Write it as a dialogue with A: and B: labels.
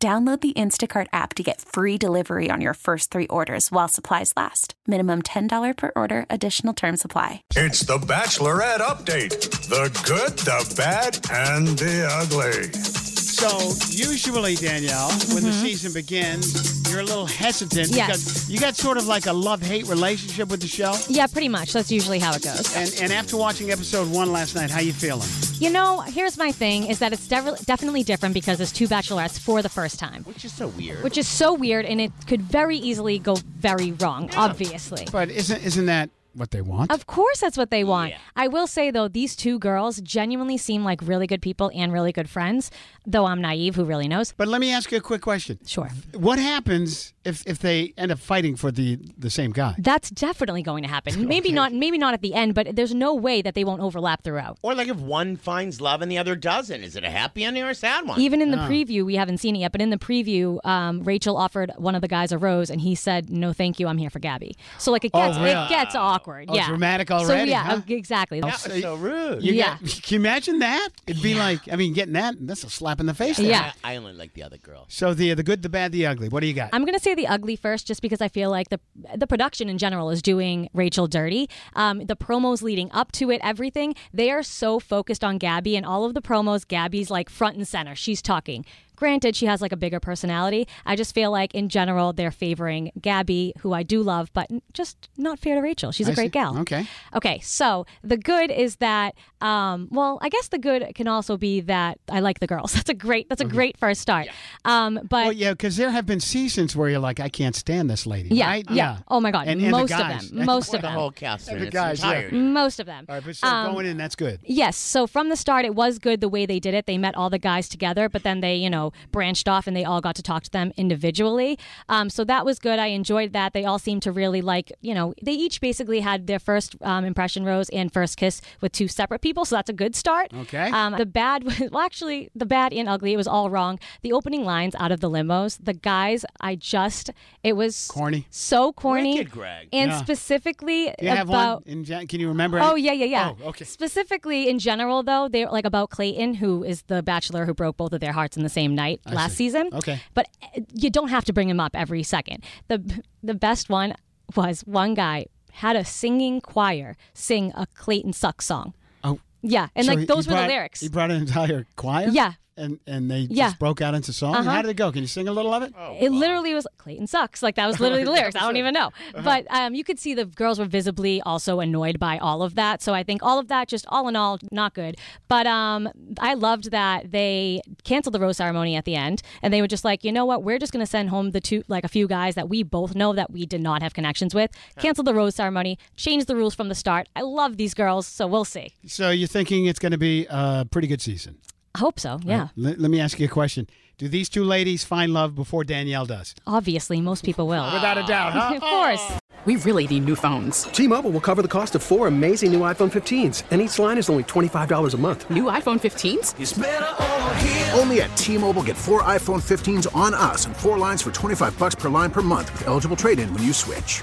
A: Download the Instacart app to get free delivery on your first three orders while supplies last. Minimum $10 per order, additional term supply.
B: It's the Bachelorette Update. The good, the bad, and the ugly.
C: So usually, Danielle, when the season begins, you're a little hesitant
D: Mm-hmm. Yes.
C: because you got sort of like a love-hate relationship with the show.
D: Yeah, pretty much. That's usually how it goes.
C: And and after watching episode one last night, how you feeling?
D: You know, here's my thing is that it's dev- definitely different because it's two bachelorettes for the first time,
E: Which is so weird.
D: which is so weird and it could very easily go very wrong, obviously.
C: But isn't isn't that what they want?
D: Of course, that's what they want. I will say, though, these two girls genuinely seem like really good people and really good friends, though I'm naive, who really knows?
C: But let me ask you a quick question.
D: Sure.
C: What happens if if they end up fighting for the the same guy?
D: That's definitely going to happen. Maybe not maybe not at the end, but there's no way that they won't overlap throughout.
E: or like if one finds love and the other doesn't, is it a happy ending or a sad one?
D: Even in the preview, we haven't seen it yet, but in the preview, um, Rachel offered one of the guys a rose, and he said, "No, thank you. I'm here for Gabby." So like it
C: Oh,
D: gets
C: really?
D: it gets awkward.
C: Oh,
D: yeah,
C: dramatic
D: So
C: already,
D: yeah,
C: huh?
D: exactly.
E: that was so rude.
C: You
D: Yeah.
C: got- can you imagine that? It'd be like I mean, getting that that's a slap in the face. there.
D: Yeah.
E: I, I only like the other girl.
C: So the the good, the bad, the ugly. What do you got?
D: I'm gonna say the ugly first, just because I feel like the the production in general is doing Rachel dirty. Um, the promos leading up to it, everything they are so focused on Gabby, and all of the promos, Gabby's like front and center. She's talking. Granted, she has like a bigger personality. I just feel like in general they're favoring Gabby, who I do love, but just not fair to Rachel. She's a
C: I
D: great
C: see.
D: gal.
C: Okay.
D: Okay, so the good is that, um, well, I guess the good can also be that I like the girls. That's a great. That's a great first start. Um, but
C: Well, yeah, because there have been seasons where you're like, I can't stand this lady.
D: yeah,
C: right?
D: yeah. Oh my God,
C: And, and the
D: most of
C: guys.
D: them, most
E: Or
D: of
E: the
D: them,
E: whole cast in
C: The
E: its
C: guys, yeah.
D: Mm.
E: entirety.
D: most of them. Um,
C: All right, but so going in, that's good.
D: Yes, so from the start, it was good the way they did it. They met all the guys together, but then they, you know, branched off and they all got to talk to them individually. Um, so that was good. I enjoyed that. They all seemed to really like, you know, they each basically had their first um, impression rose and first kiss with two separate people. So that's a good start.
C: Okay.
D: Um, the bad was, well, actually, the bad and ugly, it was all wrong. The opening lines out of the limos, the guys, I just, it was
C: Corny.
D: so corny.
E: Wicked, Greg.
D: And
C: Yeah.
D: specifically
C: Do you have
D: about.
C: one? In, Jan- can you remember?
D: Oh
C: it?
D: yeah, yeah, yeah.
C: Oh, okay.
D: Specifically, in general, though, they're like about Clayton, who is the bachelor who broke both of their hearts in the same night last season.
C: Okay.
D: but eh, you don't have to bring him up every second. the The best one was one guy had a singing choir sing a Clayton suck song.
C: Oh.
D: Yeah, and
C: So he-
D: like those
C: he
D: were
C: brought-
D: the lyrics.
C: He brought an entire choir?
D: Yeah.
C: And and they
D: Yeah. Uh-huh.
C: just broke out into song? How did it go? Can you sing a little of it?
D: It literally was Clayton sucks. Like that was literally the lyrics. I don't even know. But um, you could see the girls were visibly also annoyed by all of that. So I think all of that, just all in all, not good. But um, I loved that they canceled the rose ceremony at the end, and they were just like, you know what, we're just gonna send home the two, like a few guys that we both know that we did not have connections with. Cancel the rose ceremony, change the rules from the start. I love these girls, so we'll see.
C: So you're thinking it's going to be a pretty good season.
D: I hope so. Yeah,
C: Le- let me ask you a question. Do these two ladies find love before Danielle does?
D: obviously, most people will. Without a doubt, huh? of course.
F: We really need new phones.
G: T-Mobile will cover the cost of four amazing new iPhone 15s, and each line is only $25 a month.
F: New iPhone 15s?
H: Only at T-Mobile get four iPhone 15s on us and four lines for 25 bucks per line per month with eligible trade-in when you switch.